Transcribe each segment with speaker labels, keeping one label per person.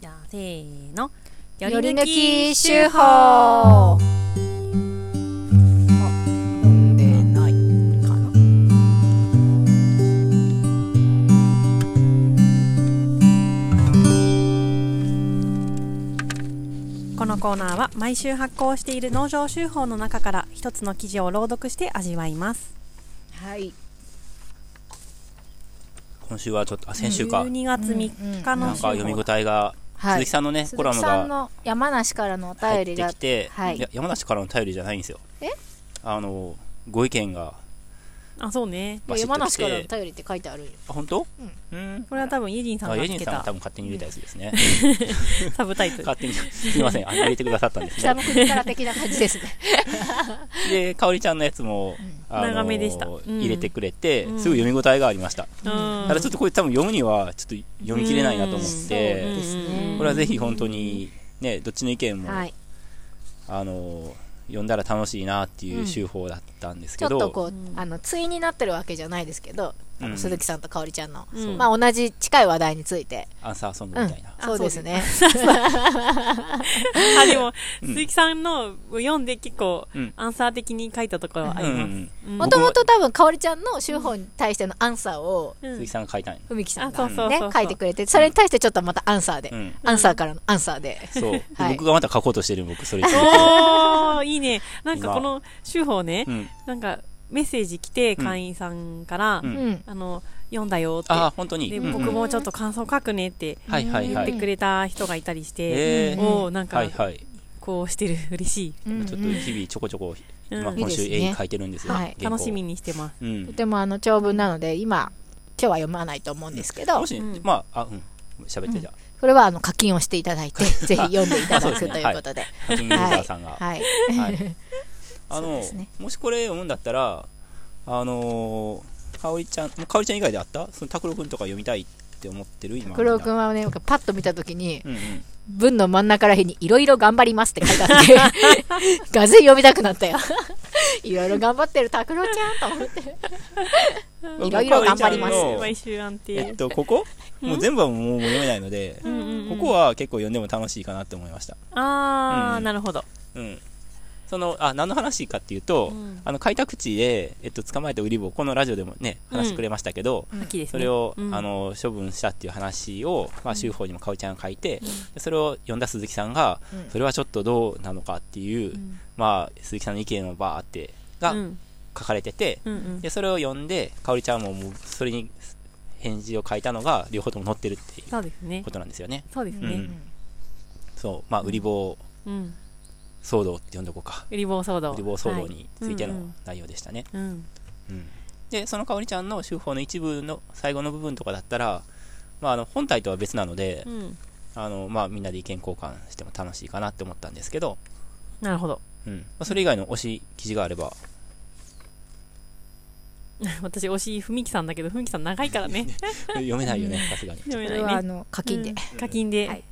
Speaker 1: じゃあせーのよ
Speaker 2: より抜き手法
Speaker 1: 読んでないかなこのコーナーは毎週発行している農場手法の中から一つの記事を朗読して味わいます
Speaker 2: はい
Speaker 3: 今週はちょっと、あ、先週か。
Speaker 1: 12月3日
Speaker 2: うん
Speaker 3: な
Speaker 1: の
Speaker 3: んか
Speaker 1: 週報
Speaker 3: 読み応えが、
Speaker 2: は
Speaker 3: 鈴木
Speaker 2: い
Speaker 3: さんのね、コ
Speaker 2: 鈴
Speaker 3: ラ
Speaker 2: 木
Speaker 3: ム
Speaker 2: さん
Speaker 3: が
Speaker 2: の山梨からのお
Speaker 3: 入っ
Speaker 2: 便
Speaker 3: て
Speaker 2: りが
Speaker 3: きて、
Speaker 2: はい
Speaker 3: いや山梨からの頼りじゃないんですよ。
Speaker 2: え
Speaker 3: あの、ご意見が
Speaker 1: あそうね
Speaker 3: バシッ
Speaker 2: 山
Speaker 3: と来
Speaker 2: 梨からの
Speaker 3: て、
Speaker 2: 便りって書いてあるよ
Speaker 3: あ、本当
Speaker 2: うん
Speaker 3: うん。
Speaker 1: これは多分イェジンさん
Speaker 3: あ、
Speaker 1: が
Speaker 3: ユ
Speaker 1: つ
Speaker 3: ジン
Speaker 1: け
Speaker 3: さん
Speaker 1: た
Speaker 3: 多分勝手に入れたやつですね。
Speaker 1: サブタイトル
Speaker 3: 勝手に、 すいません、あ入れてくださったんです
Speaker 2: 北
Speaker 3: ね。
Speaker 2: の国から的な感じです ね
Speaker 3: で、かおりちゃんのやつも、あの
Speaker 1: 長めでしたうん
Speaker 3: 入れてくれて、
Speaker 1: うん
Speaker 3: すごい読み応えがありました。
Speaker 1: うん
Speaker 3: ただちょっとこれ多分読むには、ちょっと読み切れないなと思っ
Speaker 2: うんそうで
Speaker 3: て、
Speaker 2: すね
Speaker 3: これはぜひ本当に、ね、どっちの意見も、
Speaker 2: はい
Speaker 3: あの読んだら楽しいなっていう手法だったんです
Speaker 2: ちょ
Speaker 3: け
Speaker 2: っ
Speaker 3: ど、
Speaker 2: とこう、
Speaker 1: うん
Speaker 2: あの対になってるわけじゃないですけど、あ
Speaker 3: う
Speaker 2: の
Speaker 3: ん
Speaker 2: 鈴木さんと香織ちゃんの、
Speaker 1: うん
Speaker 2: まあ同じ近い話題について、
Speaker 3: アンサーソングみたいな、
Speaker 1: あ
Speaker 2: そうですね
Speaker 1: あでも、
Speaker 3: うん
Speaker 1: 鈴木さんの読んで結構、
Speaker 3: うん
Speaker 1: アンサー的に書いたところはあり
Speaker 3: うんう
Speaker 1: ます。
Speaker 3: ん
Speaker 1: うん
Speaker 2: もともと多分香織ちゃんの手法に対してのアンサーを
Speaker 1: うん
Speaker 3: 鈴木さんが書いたんや、
Speaker 2: 文木さん
Speaker 1: あそ
Speaker 2: が
Speaker 1: うそうそう
Speaker 2: ね
Speaker 1: そう
Speaker 2: 書いてくれてそれに対してちょっとまたアンサーで、
Speaker 3: うん、
Speaker 2: アンサーからのアンサーで、
Speaker 3: そう、で
Speaker 2: はい
Speaker 3: 僕がまた書こうとしてる僕それ、
Speaker 1: おー、いいね。なんかこの手法ね、
Speaker 3: うん、
Speaker 1: なんかメッセージ来て、会員さんから、
Speaker 3: うん
Speaker 2: うん
Speaker 1: あの、読んだよって。
Speaker 3: ああ本当に、
Speaker 1: で、
Speaker 3: うんうん
Speaker 1: 僕もちょっと感想書くねって
Speaker 3: はいはい
Speaker 1: 言
Speaker 3: は
Speaker 1: って
Speaker 3: い
Speaker 1: くれた人がいたりして、
Speaker 3: えー
Speaker 2: うん
Speaker 1: おー、なんか
Speaker 3: はい、はい、
Speaker 1: こうしてる。嬉しい。
Speaker 2: うんうん
Speaker 3: ちょっと日々ちょこちょこ、
Speaker 1: うん
Speaker 3: 今
Speaker 1: いい
Speaker 3: 今週
Speaker 2: ですね
Speaker 3: 絵書いてるんですよ、
Speaker 2: はい
Speaker 3: 原稿
Speaker 1: 楽しみにしてます。
Speaker 3: う
Speaker 2: と
Speaker 3: ん、
Speaker 2: てもあの長文なので今今日は読まないと思うんですけど、
Speaker 3: もし、
Speaker 1: うん
Speaker 3: まああうん喋ってじゃあ、
Speaker 2: それはあの課金をしていただいてぜひ読んでいただ
Speaker 3: あそ
Speaker 2: く
Speaker 3: うです
Speaker 2: と
Speaker 3: ね
Speaker 2: いうことで
Speaker 3: ハキングユーザーさんが、
Speaker 2: はい、
Speaker 3: はい、あ
Speaker 2: そう
Speaker 3: の、
Speaker 2: ですね
Speaker 3: もしこれ読むんだったら、あのー、かおりちゃん、かおりちゃん以外であったその拓郎くんとか読みたいって思ってる今。
Speaker 2: 黒尾くん
Speaker 3: は。
Speaker 2: はね、なんかパッと見たときに、
Speaker 3: うんうん。
Speaker 2: 文の真ん中らへんにいろいろ頑張りますって書いてあって、 がぜ読みたくなったよ。 いろいろ頑張ってる拓郎ちゃんと思って。いろいろ頑張ります
Speaker 3: かおりちゃんの
Speaker 1: 毎週安
Speaker 3: えっ
Speaker 1: 定。
Speaker 3: と、ここもう全部はもう読めないので、
Speaker 1: うんうんう
Speaker 3: こ
Speaker 1: ん
Speaker 3: こは結構読んでも楽しいかなって思いました。
Speaker 1: あー、
Speaker 3: うん
Speaker 1: なるほど。
Speaker 3: うん。その、あ、何の話かっていうと、
Speaker 1: うん
Speaker 3: あの、開拓地で、えっと、捕まえたウリボウ、このラジオでもね、話くれましたけど、
Speaker 1: 秋ですね。
Speaker 3: それを、
Speaker 1: うん
Speaker 3: あの処分したっていう話を、まあ、修法にもかおりちゃんが書いて、でそれを読んだ鈴木さんが、
Speaker 2: うん
Speaker 3: それはちょっとどうなのかっていう、
Speaker 1: うん
Speaker 3: まあ、鈴木さんの意見をバーってが
Speaker 1: うん
Speaker 3: 書かれてて、
Speaker 1: うんうん
Speaker 3: でそれを読んでかおりちゃんももうそれに返事を書いたのが両方とも載ってるってい
Speaker 1: そうですね
Speaker 3: うこ。となんですよね
Speaker 1: そうです
Speaker 3: う
Speaker 1: ね。
Speaker 3: んそうまあ売り棒
Speaker 1: うん。
Speaker 3: 騒動って呼んどこうか
Speaker 1: ウリボー騒動。
Speaker 3: 売り棒騒動
Speaker 1: はい
Speaker 3: について
Speaker 1: うんう
Speaker 3: の
Speaker 1: ん
Speaker 3: 内容でしたね、
Speaker 1: うん。
Speaker 3: うんでそのかおりちゃんの修法の一部の最後の部分とかだったらまあ、あの本体とは別なので、
Speaker 1: うん。
Speaker 3: あのまあ、みんなで意見交換しても楽しいかなって思ったんですけど、
Speaker 1: なるほど。
Speaker 3: うんまあ、それ以外の推し記事があれば、
Speaker 1: 私、推し、ふみきさんだけど、ふみきさん長いから ね。
Speaker 3: 読めないよね、さすがに。
Speaker 1: 読め
Speaker 2: そ
Speaker 1: ない
Speaker 2: れ
Speaker 1: ね
Speaker 2: はあの課金で、
Speaker 1: うん課金で。
Speaker 2: はい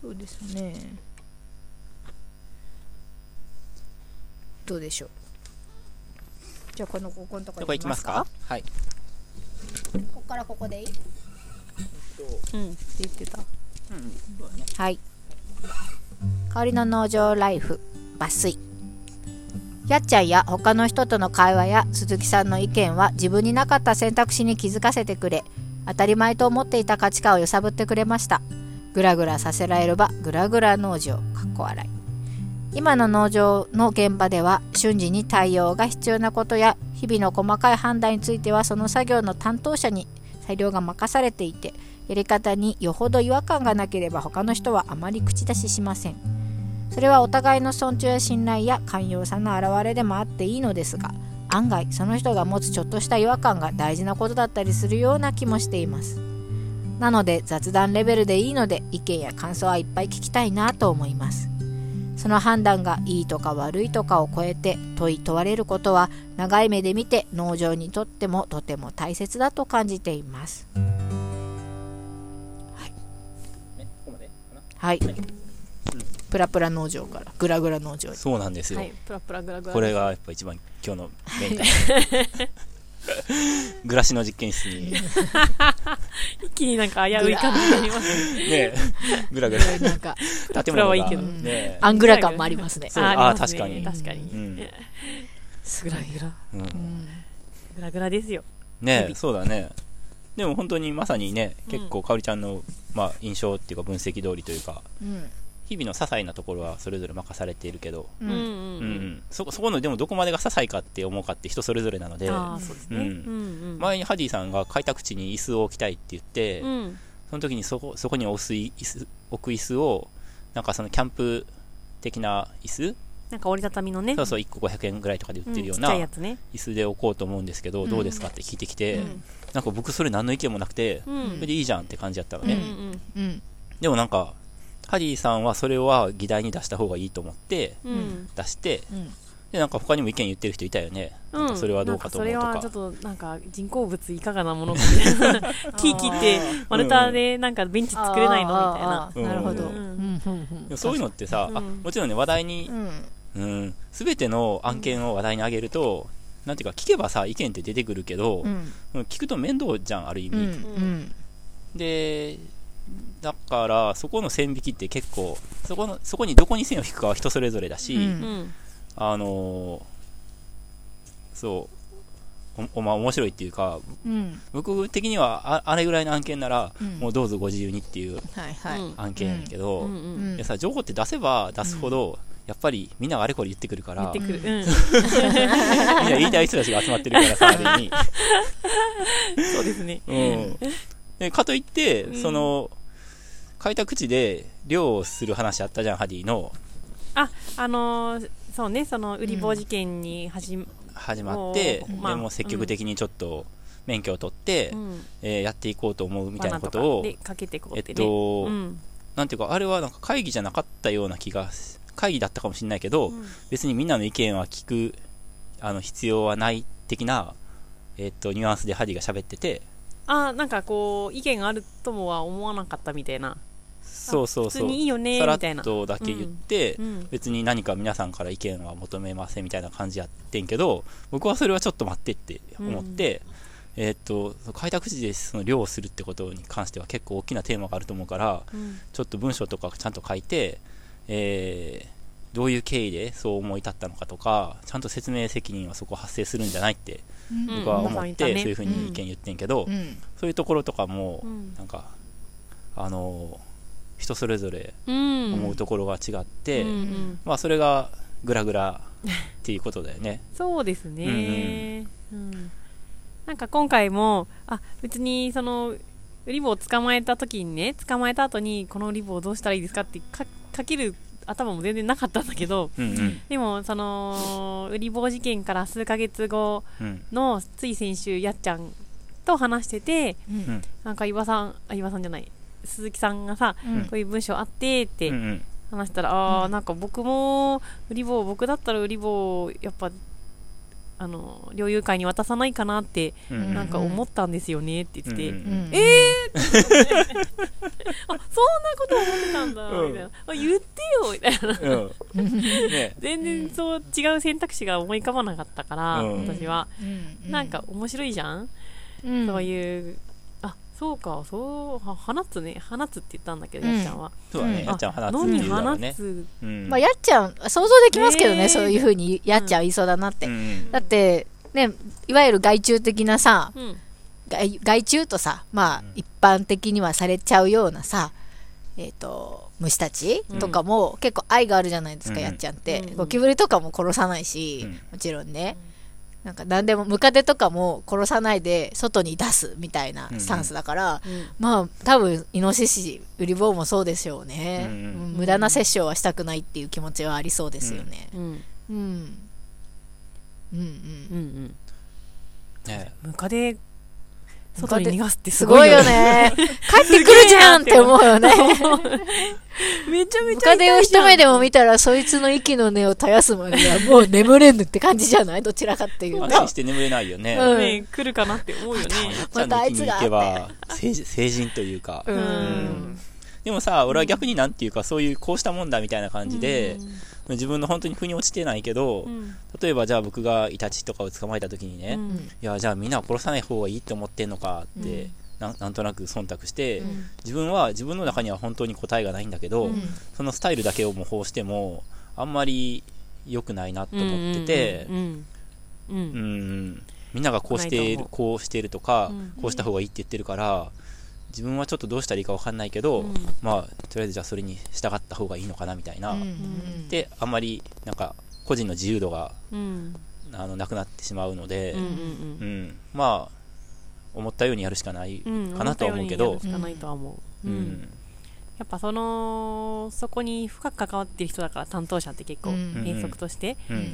Speaker 2: そうですねどうでしょうじゃあこのここのとこ
Speaker 3: どこ行きますかはい。
Speaker 2: ここからここでい
Speaker 1: う
Speaker 2: い
Speaker 1: ん。って言ってた。
Speaker 2: はい香りの農場ライフ抜粋やっちゃんや他の人との会話や鈴木さんの意見は自分になかった選択肢に気づかせてくれ当たり前と思っていた価値観を揺さぶってくれましたグラグラさせられる場グラグラ農場かっこ笑い今の農場の現場では瞬時に対応が必要なことや日々の細かい判断についてはその作業の担当者に裁量が任されていてやり方によほど違和感がなければ他の人はあまり口出ししませんそれはお互いの尊重や信頼や寛容さの表れでもあっていいのですが案外その人が持つちょっとした違和感が大事なことだったりするような気もしていますなので雑談レベルでいいので意見や感想はいっぱい聞きたいなと思いますその判断がいいとか悪いとかを超えて問い問われることは長い目で見て農場にとってもとても大切だと感じていますはい。プラプラ農場からグラグラ農場に。
Speaker 3: そうなんですよ。
Speaker 1: はい。プラプラグラグラ。
Speaker 3: これがやっぱ一番 今日のメインだ。グラシの実験室に
Speaker 1: 一気になんか危うい感じになりますね。
Speaker 3: ねえ、ぐらぐら。
Speaker 2: なんか、
Speaker 3: 建物が。
Speaker 1: いいけど
Speaker 3: ねえ。
Speaker 2: アングラ感もありますね。
Speaker 3: そう
Speaker 1: あありますね
Speaker 3: あー
Speaker 1: 確
Speaker 2: 確
Speaker 1: か
Speaker 2: か
Speaker 1: に
Speaker 2: に。
Speaker 3: うん
Speaker 2: すごい。
Speaker 3: うん
Speaker 2: うん
Speaker 1: グラグラですよ。
Speaker 3: ねえ、そうだね。でも本当にまさにね、結構かおりちゃんの、まあ、印象っていうか分析通りというか、
Speaker 2: うん。
Speaker 3: 日々の些細なところはそれぞれ任されているけど、
Speaker 2: う。
Speaker 1: うんうん
Speaker 3: うんんう
Speaker 1: うん。
Speaker 3: ん、そこそこのでもどこまでが些細かって思うかって人それぞれなので、
Speaker 1: ああ、そうですね。う
Speaker 3: うんん
Speaker 1: うん。
Speaker 3: 前にハディさんが開拓地に椅子を置きたいって言って、
Speaker 1: うん
Speaker 3: その時にそこそこに置く椅子置く椅子をなんかそのキャンプ的な椅子、
Speaker 1: なんか折りたたみのね。
Speaker 3: そうそう1個500円ぐらいとかで売ってる
Speaker 1: ち
Speaker 3: よう
Speaker 1: っち
Speaker 3: な
Speaker 1: ゃいやつね。
Speaker 3: 椅子で置こうと思うんですけど、
Speaker 2: うん
Speaker 3: どうですかって聞いてきて、
Speaker 2: うん
Speaker 3: なんか僕それ何の意見もなくて、
Speaker 1: うん。
Speaker 3: それでいいじゃんって感じだったの
Speaker 1: うんう
Speaker 3: ね、
Speaker 1: ん
Speaker 2: うん。
Speaker 3: でもなんかハディさんはそれは議題に出した方がいいと思って
Speaker 1: うん
Speaker 3: 出して
Speaker 2: うん。
Speaker 3: でなんか他にも意見言ってる人いたよね、
Speaker 1: うん
Speaker 3: なんかそれはどうかと思うと
Speaker 1: なん
Speaker 3: か
Speaker 1: かそれはちょっとなんか人工物いかがなものかみたいな木切って丸太でなんかベンチ作れないのみたいな
Speaker 2: あーあーなるほど。
Speaker 3: うん
Speaker 2: うんうん
Speaker 3: でもそういうのってさ、あ
Speaker 1: うん
Speaker 3: もちろんね話題に
Speaker 2: うん。
Speaker 3: うん、全ての案件を話題に上げると、なんていうか、聞けばさ、意見って出てくるけど
Speaker 2: う、ん。
Speaker 3: 聞くと面倒じゃん、ある意
Speaker 2: う
Speaker 3: 味。
Speaker 2: ん。うん。
Speaker 3: で、だから、そこの線引きって結構、そこのそこにどこに線を引くかは人それぞれだし、
Speaker 2: うん
Speaker 1: うん
Speaker 3: あのーそう、おおまあ、面白いっていうか、
Speaker 2: うん。
Speaker 3: 僕的にはあ、あれぐらいの案件なら、
Speaker 2: うん
Speaker 3: もうどうぞご自由にっていう
Speaker 2: はいはい。
Speaker 3: 案件やけど、
Speaker 1: うん
Speaker 2: う
Speaker 1: うん
Speaker 2: ん
Speaker 3: いや。さ情報って出せば出すほど、やっぱりみんながあれこれ言ってくるか
Speaker 1: 言
Speaker 3: ら、
Speaker 1: ってくるうん
Speaker 3: いや、言いたい人たちが集まってる からさ、あれに。
Speaker 1: そうですね
Speaker 3: うん。で、かといって、
Speaker 1: ん
Speaker 3: その、開拓地で漁をする話あったじゃん、ハディの。
Speaker 1: ああのーそうねその売り棒事件に始ま
Speaker 3: 始まって、
Speaker 1: おーまあ
Speaker 3: でも積極的にちょっと免許を取って、
Speaker 1: うん
Speaker 3: えーやっていこうと思うみたいな
Speaker 1: 罠
Speaker 3: ことと
Speaker 1: か
Speaker 3: を、
Speaker 1: でかけてこう
Speaker 3: え
Speaker 1: っ
Speaker 3: って
Speaker 1: ね
Speaker 3: と、
Speaker 1: うん
Speaker 3: なんていうか、あれはなんか会議じゃなかったような気がし、会議だったかもしれないけど、
Speaker 1: うん
Speaker 3: 別にみんなの意見は聞く、あの、必要はない的な、えっと、ニュアンスでハディが喋ってて、
Speaker 1: あーなんかこう意見があるともは思わなかったみたいな
Speaker 3: そうそう
Speaker 1: 普
Speaker 3: そ
Speaker 1: 通
Speaker 3: う。
Speaker 1: にいいよね
Speaker 3: さら
Speaker 1: みたいな
Speaker 3: っとだけ言って、
Speaker 1: うん
Speaker 3: 別に何か皆さんから意見は求めませんみたいな感じやってんけど僕はそれはちょっと待ってって思って、えーっと開拓時でその漁をするってことに関しては結構大きなテーマがあると思うから
Speaker 1: うん
Speaker 3: ちょっと文章とかちゃんと書いて、えーどういう経緯でそう思い立ったのかとかちゃんと説明責任はそこ発生するんじゃないって
Speaker 1: うん
Speaker 3: 僕は思って、
Speaker 1: うん
Speaker 3: そういうふうに意見言ってんけど、
Speaker 2: うん。
Speaker 3: そういうところとかも、
Speaker 1: うん
Speaker 3: なんかあのー人それぞれ
Speaker 1: うん
Speaker 3: 思うところが違って、
Speaker 1: うんうん
Speaker 3: まあそれがグラグラっていうことだよね。
Speaker 1: そうですね、うんなんか今回もあ別にそのウリボを捕まえた時にね捕まえた後にこのウリボをどうしたらいいですかってかかける頭も全然なかったんだけど
Speaker 3: うんうん
Speaker 1: でもそのウリボ事件から数ヶ月後
Speaker 3: うん
Speaker 1: のつい先週やっちゃんと話してて
Speaker 2: うん。
Speaker 1: なんか岩さんあ岩さんじゃない鈴木さんがさ
Speaker 2: うん
Speaker 1: こういう文章あってって、
Speaker 3: うんうん
Speaker 1: 話したら、ああ、
Speaker 2: うん
Speaker 1: なんか僕も、ウリボー、僕だったらウリボー、やっぱ、あの、猟友会に渡さないかなって、
Speaker 3: うんうん
Speaker 1: なんか思ったんですよねって言ってて、
Speaker 3: うんうん
Speaker 2: うん。
Speaker 1: あ、そんなこと思ってたんだ、
Speaker 3: うん
Speaker 1: みたいな。あ、言ってよ、みたいな。
Speaker 3: うんね
Speaker 1: 全然そう、違う選択肢が思い浮かばなかったから、
Speaker 3: うん
Speaker 1: 私は。
Speaker 2: うん
Speaker 1: なんか、面白いじゃん、
Speaker 2: うん
Speaker 1: そういう、あ、そうか、そう、は放つね、放つって言ったんだけど、やっちゃんは。
Speaker 3: そうだね。
Speaker 2: うん
Speaker 3: やっちゃん話
Speaker 1: 野
Speaker 3: すって
Speaker 1: に
Speaker 3: いうだろう
Speaker 1: 放
Speaker 3: ね。
Speaker 1: つ。
Speaker 3: うん
Speaker 2: まあ、やっちゃん、想像できますけどね、
Speaker 1: ねえ
Speaker 2: そういうふうにやっちゃん言いそうだなって。
Speaker 3: うん
Speaker 2: だって、ね、いわゆる害虫的なさ、
Speaker 1: うん。
Speaker 2: 害害虫とさ、まあ
Speaker 3: うん、
Speaker 2: 一般的にはされちゃうようなさ、えっ、と、虫たち
Speaker 1: うん
Speaker 2: とかも結構愛があるじゃないですか、
Speaker 3: うん
Speaker 2: やっちゃんって
Speaker 1: う。ん
Speaker 2: ゴキブリとかも殺さないし、
Speaker 3: うん
Speaker 2: もちろんね。なんか何でも、ムカデとかも殺さないで外に出すみたいなスタンスだから、
Speaker 1: うん
Speaker 2: まあ多分イノシシウリボウもそうでしょうね、
Speaker 3: うんうん
Speaker 2: うん無駄な殺生はしたくないっていう気持ちはありそうですよね
Speaker 1: うん。
Speaker 2: うん、うんうん
Speaker 1: うん。うん。
Speaker 3: ね
Speaker 1: ムカデ外
Speaker 2: 外
Speaker 1: に
Speaker 2: に
Speaker 1: 逃
Speaker 2: 逃
Speaker 1: がすってす
Speaker 2: す
Speaker 1: ご
Speaker 2: ご
Speaker 1: い
Speaker 2: いよ
Speaker 1: よね。
Speaker 2: ね帰ってくるじゃんって思う よね
Speaker 1: めちゃめ
Speaker 2: ムカデを一目でも見たらそいつの息の根を絶やすまではもう眠れぬって感じじゃないどちらかっていうと
Speaker 3: 安心して眠れないよね。
Speaker 2: うん
Speaker 1: ね来るかなって思うよね。
Speaker 3: やっちゃんの域に行けば成人成人というか
Speaker 2: う。
Speaker 1: うんん
Speaker 3: でもさ、俺は逆になんていうか、そういうこうしたもんだみたいな感じで、自分の本当に腑に落ちてないけど
Speaker 1: う、ん
Speaker 3: 例えばじゃあ僕がイタチとかを捕まえた時にね、
Speaker 1: うん
Speaker 3: いやじゃあみんなを殺さない方がいいって思ってんのかってなんなんとなく忖度して、
Speaker 1: うん
Speaker 3: 自分は自分の中には本当に答えがないんだけど、そのスタイルだけを模倣してもあんまり良くないなと思ってて
Speaker 1: う、んうんうんうん
Speaker 3: うんみんながこうしてい
Speaker 1: 良くないと
Speaker 3: る
Speaker 1: 思う
Speaker 3: こうしているとか、
Speaker 1: うん
Speaker 3: こうした方がいいって言ってるから自分はちょっとどうしたらいいか分かんないけど、
Speaker 1: うん
Speaker 3: まあとりあえずじゃあそれに従った方がいいのかなみたいな、であんまりなんか個人の自由度が
Speaker 1: うん
Speaker 3: あのなくなってしまうので、
Speaker 1: うん
Speaker 3: うんまあ思ったようにやるしかない、
Speaker 1: うんうん
Speaker 3: かなとは思うけど
Speaker 1: 思ったよにやるしかないとは思う、
Speaker 3: うん
Speaker 1: うんやっぱそのそこに深く関わってる人だから担当者って結構
Speaker 2: うん
Speaker 1: 原則として、
Speaker 3: うん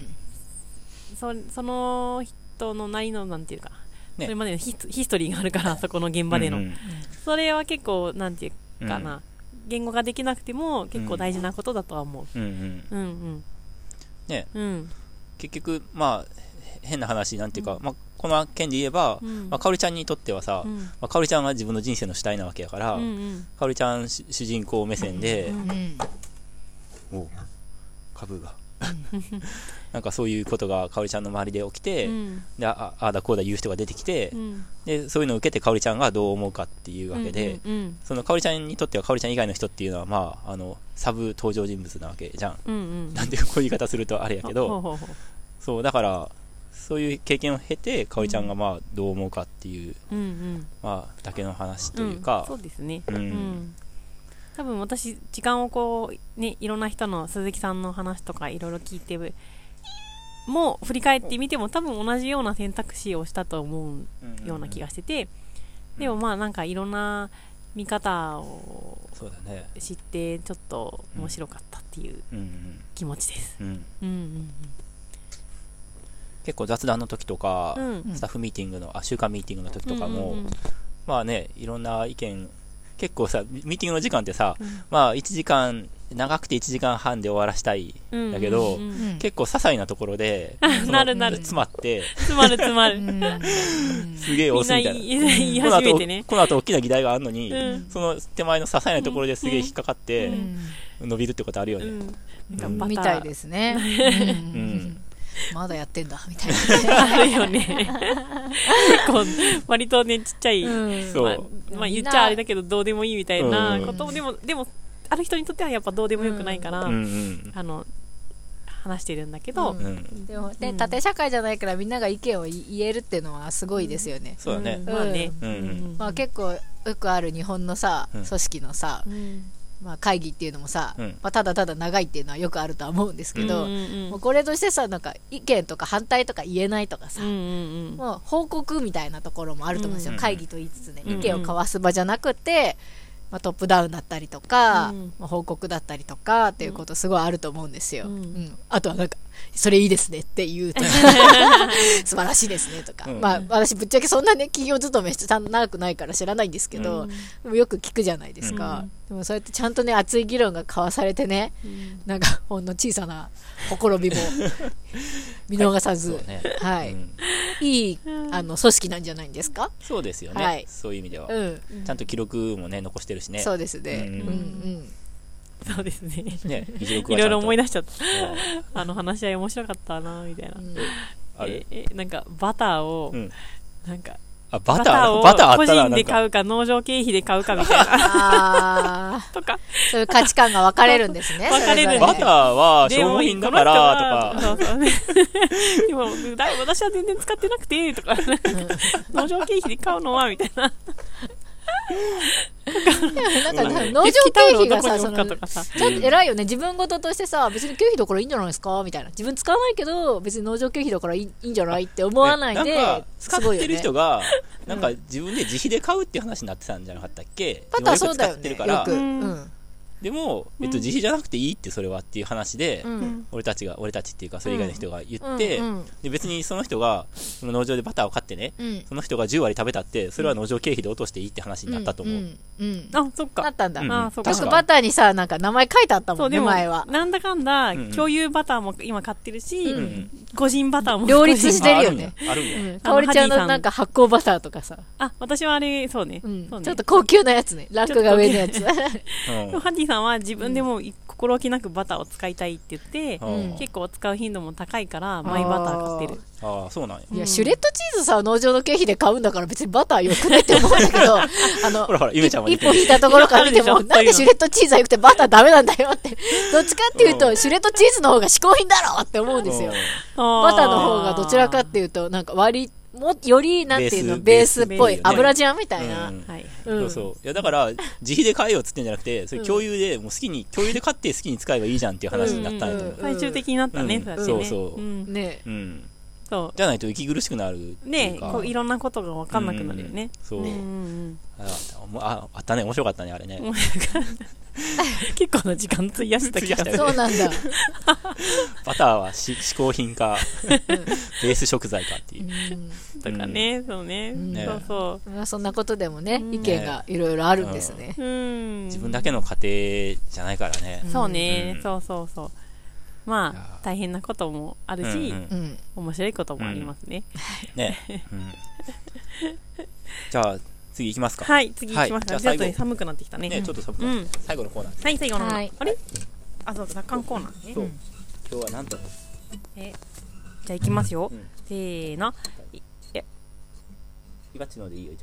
Speaker 1: そその人のなりのなんていうか、
Speaker 3: ね
Speaker 1: それまでのヒスヒストリーがあるからそこの現場での、
Speaker 3: うん
Speaker 1: それは結構なんていうかな、
Speaker 3: う
Speaker 1: 言語ができなくても結構大事なことだとは思う
Speaker 3: うんうん
Speaker 1: うんうん
Speaker 3: ね
Speaker 1: うん
Speaker 3: 結局まあ変な話なんていうか、まあ、この件で言えば、
Speaker 1: うん
Speaker 3: まあ、かおりちゃんにとってはさ、
Speaker 1: うん
Speaker 3: まあ、かおりちゃんが自分の人生の主体なわけやから、
Speaker 1: うんうん
Speaker 3: かおりちゃん主主人公目線で、おう株が なんかそういうことがかおりちゃんの周りで起きて、
Speaker 1: うん
Speaker 3: であああだこうだ言う人が出てきて、
Speaker 1: うん
Speaker 3: でそういうのを受けてかおりちゃんがどう思うかっていうわけで、
Speaker 1: うん
Speaker 3: そのかおりちゃんにとってはかおりちゃん以外の人っていうのはまああのサブ登場人物なわけじゃん
Speaker 1: うんうんうん
Speaker 3: なんていうこういう言い方するとあれやけど、
Speaker 1: ほうほうほ
Speaker 3: そうだからそういう経験を経てかおりちゃんがまあどう思うかっていう、
Speaker 1: ううんうん
Speaker 3: まあだけの話というか
Speaker 1: ん、そうですね
Speaker 3: うん
Speaker 1: うん多分私時間をこうねいろんな人の鈴木さんの話とかいろいろ聞いてもう振り返ってみても多分同じような選択肢をしたと思うような気が
Speaker 3: し
Speaker 1: しててでもまあなんかいろんな見方を
Speaker 3: そうだね
Speaker 1: 知ってちょっと面白かったっていう
Speaker 3: うん
Speaker 1: 気持ちです
Speaker 3: うんうん
Speaker 1: うん
Speaker 3: 結構雑談の時とか、
Speaker 1: うんうん
Speaker 3: スタッフミーティングのあ週間ミーティングの時とかも、
Speaker 1: うんうんうん
Speaker 3: まあねいろんな意見結構さミミーティングの時間ってさ、
Speaker 1: うん
Speaker 3: まあ1時間長くて1時間半で終わらしたい
Speaker 1: うん
Speaker 3: だけど
Speaker 1: うんうんうん
Speaker 3: 結構些細なとこ ろでその
Speaker 1: なるなる
Speaker 3: 詰まって
Speaker 1: 詰まる詰まる
Speaker 3: すげえ押
Speaker 1: みん
Speaker 3: す
Speaker 1: な
Speaker 3: み
Speaker 1: 言
Speaker 3: たいない
Speaker 1: 言い 始めてね
Speaker 3: この後この後大きな議題があるのに、
Speaker 1: うん
Speaker 3: その手前の些細なところですげえ引っかかって、
Speaker 1: うん
Speaker 3: 伸びるってことあるよ
Speaker 1: う
Speaker 3: ね、
Speaker 1: んなんかバター
Speaker 2: みたいですね。まだやってんだみたい
Speaker 1: あるよね結構割とねちっちゃい、
Speaker 2: な。
Speaker 3: そう、
Speaker 1: まあまあ、言っちゃあれだけどどうでもいいみたいな
Speaker 3: うん
Speaker 1: ことも、でもでもある人にとってはやっぱどうでもよくないから、
Speaker 3: うんうん
Speaker 1: あの話してるんだけど、
Speaker 3: うん
Speaker 2: でもね、縦社会じゃないからみんなが意見を言えるってのはすごいですよね。
Speaker 3: そうだね
Speaker 1: ん、まあね、
Speaker 3: うんうん
Speaker 2: まあ結構よくある日本のさ、組織のさ、
Speaker 1: うん
Speaker 2: まあ会議っていうのもさ、
Speaker 3: うん
Speaker 2: まあただただ長いっていうのはよくあるとは思うんですけど、
Speaker 1: うんうん
Speaker 2: もうこれとしてさ、なんか意見とか反対とか言えないとかさ
Speaker 1: うん、うん
Speaker 2: もう報告みたいなところもあると思うんですよ、
Speaker 3: うん
Speaker 2: 会議と言いつつね、
Speaker 1: うん
Speaker 2: 意見を交わす場じゃなくて、まあ、トップダウンだったりとか、
Speaker 1: うん
Speaker 2: まあ報告だったりとかっていうことすごいあると思うんですよ、
Speaker 1: う
Speaker 2: うんんあとはなんか「それいいですね」って言うとか 素晴らしいですねとか、
Speaker 3: うん
Speaker 2: まあ私ぶっちゃけそんなね企業勤めして長くないから知らないんですけど、
Speaker 1: うん
Speaker 2: でもよく聞くじゃないですか、
Speaker 1: うん
Speaker 2: でもそうやってちゃんとね熱い議論が交わされてね
Speaker 1: うん
Speaker 2: なんかほんの小さなほころびも見逃さず、
Speaker 3: そうね
Speaker 2: はい、
Speaker 3: うん
Speaker 2: いい、あの、組織なんじゃないんですか
Speaker 3: そうですよね、
Speaker 2: はい
Speaker 3: そういう意味では、
Speaker 2: うん。
Speaker 3: ちゃんと記録もね残してるしね
Speaker 2: そうですね。
Speaker 3: う
Speaker 2: うんんうん。
Speaker 1: そうですね
Speaker 3: ね議事 録
Speaker 1: い
Speaker 3: はち
Speaker 1: ろいろ
Speaker 3: ゃんと
Speaker 1: 思い出しちゃった
Speaker 3: うん
Speaker 1: あの話し合い面白かったなみたいな、
Speaker 3: あ
Speaker 1: え
Speaker 3: れ
Speaker 1: えなんかバターを、
Speaker 3: うん
Speaker 1: なんか
Speaker 3: あバ
Speaker 1: バ
Speaker 3: タ
Speaker 1: ター
Speaker 3: ー
Speaker 1: を
Speaker 3: バターあ
Speaker 1: 個
Speaker 3: ったな
Speaker 1: 人
Speaker 3: なん
Speaker 1: で
Speaker 3: か
Speaker 1: 買うか農場経費で買うかみた いな
Speaker 2: ああ、
Speaker 1: とか
Speaker 2: そういう価値観が分かれるんですね。
Speaker 1: 分かれるんです
Speaker 3: バ
Speaker 2: そ
Speaker 3: タ
Speaker 2: ぞ
Speaker 3: ーは
Speaker 1: で
Speaker 3: 消
Speaker 1: も
Speaker 3: 耗品だからと
Speaker 1: この
Speaker 3: か
Speaker 1: 人はそうそう でもだ私は全然使ってなくてとかなんか農場経費で買うのはみたい な
Speaker 2: れなんか
Speaker 3: うん
Speaker 2: 農場
Speaker 1: 液
Speaker 2: 経
Speaker 1: タオルを
Speaker 2: 費
Speaker 1: ど
Speaker 2: が
Speaker 1: こ
Speaker 2: さ、
Speaker 1: に
Speaker 2: そ
Speaker 1: 置くか
Speaker 2: の、
Speaker 1: と
Speaker 2: ち
Speaker 1: かさ
Speaker 2: ょっと偉いよね。自分事としてさ、別に経費どころいいんじゃないですかみたいな。自分使わないけど、別に農場経費だからいいいいんじゃないって思わない
Speaker 3: ね
Speaker 2: で
Speaker 3: なんか、使
Speaker 2: すご
Speaker 3: っ
Speaker 2: い
Speaker 3: て
Speaker 2: よ
Speaker 3: る
Speaker 2: ね
Speaker 3: 人。が、なんか自分で自費で買うっていう話になってたんじゃなかったっけ
Speaker 2: バターそうだよ
Speaker 3: 自
Speaker 2: ね。よ
Speaker 3: 分がよく使
Speaker 2: く。
Speaker 3: ってる
Speaker 2: う
Speaker 3: から
Speaker 2: ん。
Speaker 3: でも、えっと、自費じゃなくていいってそれはっていう話で、
Speaker 2: うん。
Speaker 3: 俺たちが俺たちっていうかそれ以外の人が言って、
Speaker 2: うん
Speaker 3: で別にその人がその農場でバターを買ってね
Speaker 2: うん。
Speaker 3: その人が10割食べたってそれは農場経費で落としていいって話になったと思う、
Speaker 2: ん。うん。
Speaker 1: あそっ
Speaker 2: な
Speaker 1: か
Speaker 2: ったんだ。
Speaker 3: うん
Speaker 1: あーそうか
Speaker 2: 確
Speaker 3: 確
Speaker 2: か
Speaker 3: か
Speaker 2: バターにさ、なんか名前書いてあった
Speaker 1: そ
Speaker 2: も
Speaker 1: うん
Speaker 2: ね、
Speaker 1: でも
Speaker 2: 前は。
Speaker 1: なんだかんだ、
Speaker 3: うんうん
Speaker 1: 共有バターも今買ってるし、
Speaker 2: うん
Speaker 1: 個人バターも
Speaker 2: 両立してるよね
Speaker 3: ああるんやあるんや、
Speaker 2: うんかおりちゃん
Speaker 1: あのハディさ
Speaker 2: の
Speaker 1: ん
Speaker 2: なんか発酵バターとかさ、
Speaker 1: あ私はあれそうね,、
Speaker 2: うん
Speaker 1: そうね
Speaker 2: ちょっと高級なやつねラックが上のやつ
Speaker 3: うん
Speaker 1: でもハンディさんは自分でも一心置きなくバターを使いたいって言って
Speaker 3: あー
Speaker 2: うん
Speaker 1: 結構使う頻度も高いからマイバター買ってる
Speaker 3: あーそうなんや
Speaker 2: いや、
Speaker 1: うん
Speaker 2: シュレッドチーズさ、農場の経費で買うんだから別にバターよくねって思うんだ けど、あの
Speaker 3: ほ、らほらゆめちゃんも
Speaker 2: 一
Speaker 3: 似て
Speaker 2: 歩
Speaker 3: る
Speaker 2: 引いたところから見て
Speaker 1: い
Speaker 2: も、
Speaker 1: や
Speaker 2: なんでシュレッドチーズはよくてバターダメなんだよって、どっちかっていう
Speaker 3: う
Speaker 2: と、
Speaker 3: ん
Speaker 2: シュレッドチーズの方が嗜好品だろって思うんですよ。バターの方がどちらかっていうと、なんか割り、も、より、なんていうの、ベ
Speaker 3: ベ
Speaker 2: ー
Speaker 3: ー
Speaker 2: スっ
Speaker 3: ス
Speaker 2: ぽ
Speaker 1: ベース
Speaker 2: い
Speaker 1: ね、
Speaker 2: 油じゃんみたいな。
Speaker 3: うん
Speaker 1: はい
Speaker 2: うん
Speaker 3: そうそういやだから自費で買えよっつってんじゃなくてそれ
Speaker 2: うん
Speaker 3: 共有でもう好きに共有で買って好きに使えばいいじゃんっていう話になったんやと思う
Speaker 2: うん
Speaker 1: 最終的になったね
Speaker 3: うん
Speaker 1: だってね
Speaker 3: そうそうん
Speaker 2: ね
Speaker 3: うん
Speaker 1: そ
Speaker 3: じゃないと息苦しくなるって
Speaker 1: う
Speaker 3: い
Speaker 1: ね
Speaker 3: うか
Speaker 1: こういろんなことが分かんなくなるよね
Speaker 3: うんそう
Speaker 1: うんうん
Speaker 3: あおもああったね面白かったねあれね
Speaker 1: うん 結構な時間費やした気がす
Speaker 3: 費や
Speaker 1: る
Speaker 2: そ
Speaker 3: し
Speaker 2: うなん だ。
Speaker 3: バターはし嗜好品かベース食材かっていう
Speaker 2: う
Speaker 1: とかねそうね
Speaker 2: うん
Speaker 3: ね
Speaker 1: そうそ
Speaker 2: んまあそんなことでもね
Speaker 1: う、ん
Speaker 2: 意見がいろいろあるんですね。
Speaker 1: ううん
Speaker 3: 自分だけの家庭じゃないからね
Speaker 1: そうね
Speaker 3: うん
Speaker 1: そうそうそうまあ大変なこともある
Speaker 3: うん
Speaker 1: し
Speaker 3: うん
Speaker 2: うん。
Speaker 1: 面白いこともありますね
Speaker 3: ねうんじゃあ次行きますか
Speaker 1: はい次行きます
Speaker 3: は
Speaker 1: か
Speaker 3: い
Speaker 1: ち
Speaker 3: じゃ
Speaker 1: ょ
Speaker 3: あ
Speaker 1: っ
Speaker 3: 最後
Speaker 1: と寒くなってきたね
Speaker 3: ねちょっと寒く
Speaker 1: う
Speaker 3: なっ
Speaker 1: ん
Speaker 3: て最後のコーナー
Speaker 1: はい、最後の。
Speaker 2: はい
Speaker 1: あれあ、そう、雑感コーナーね。
Speaker 3: そう今日はなんと
Speaker 1: じゃあ、行きますよ。
Speaker 3: うん
Speaker 1: せーの。
Speaker 3: イバチのでいいよじゃあ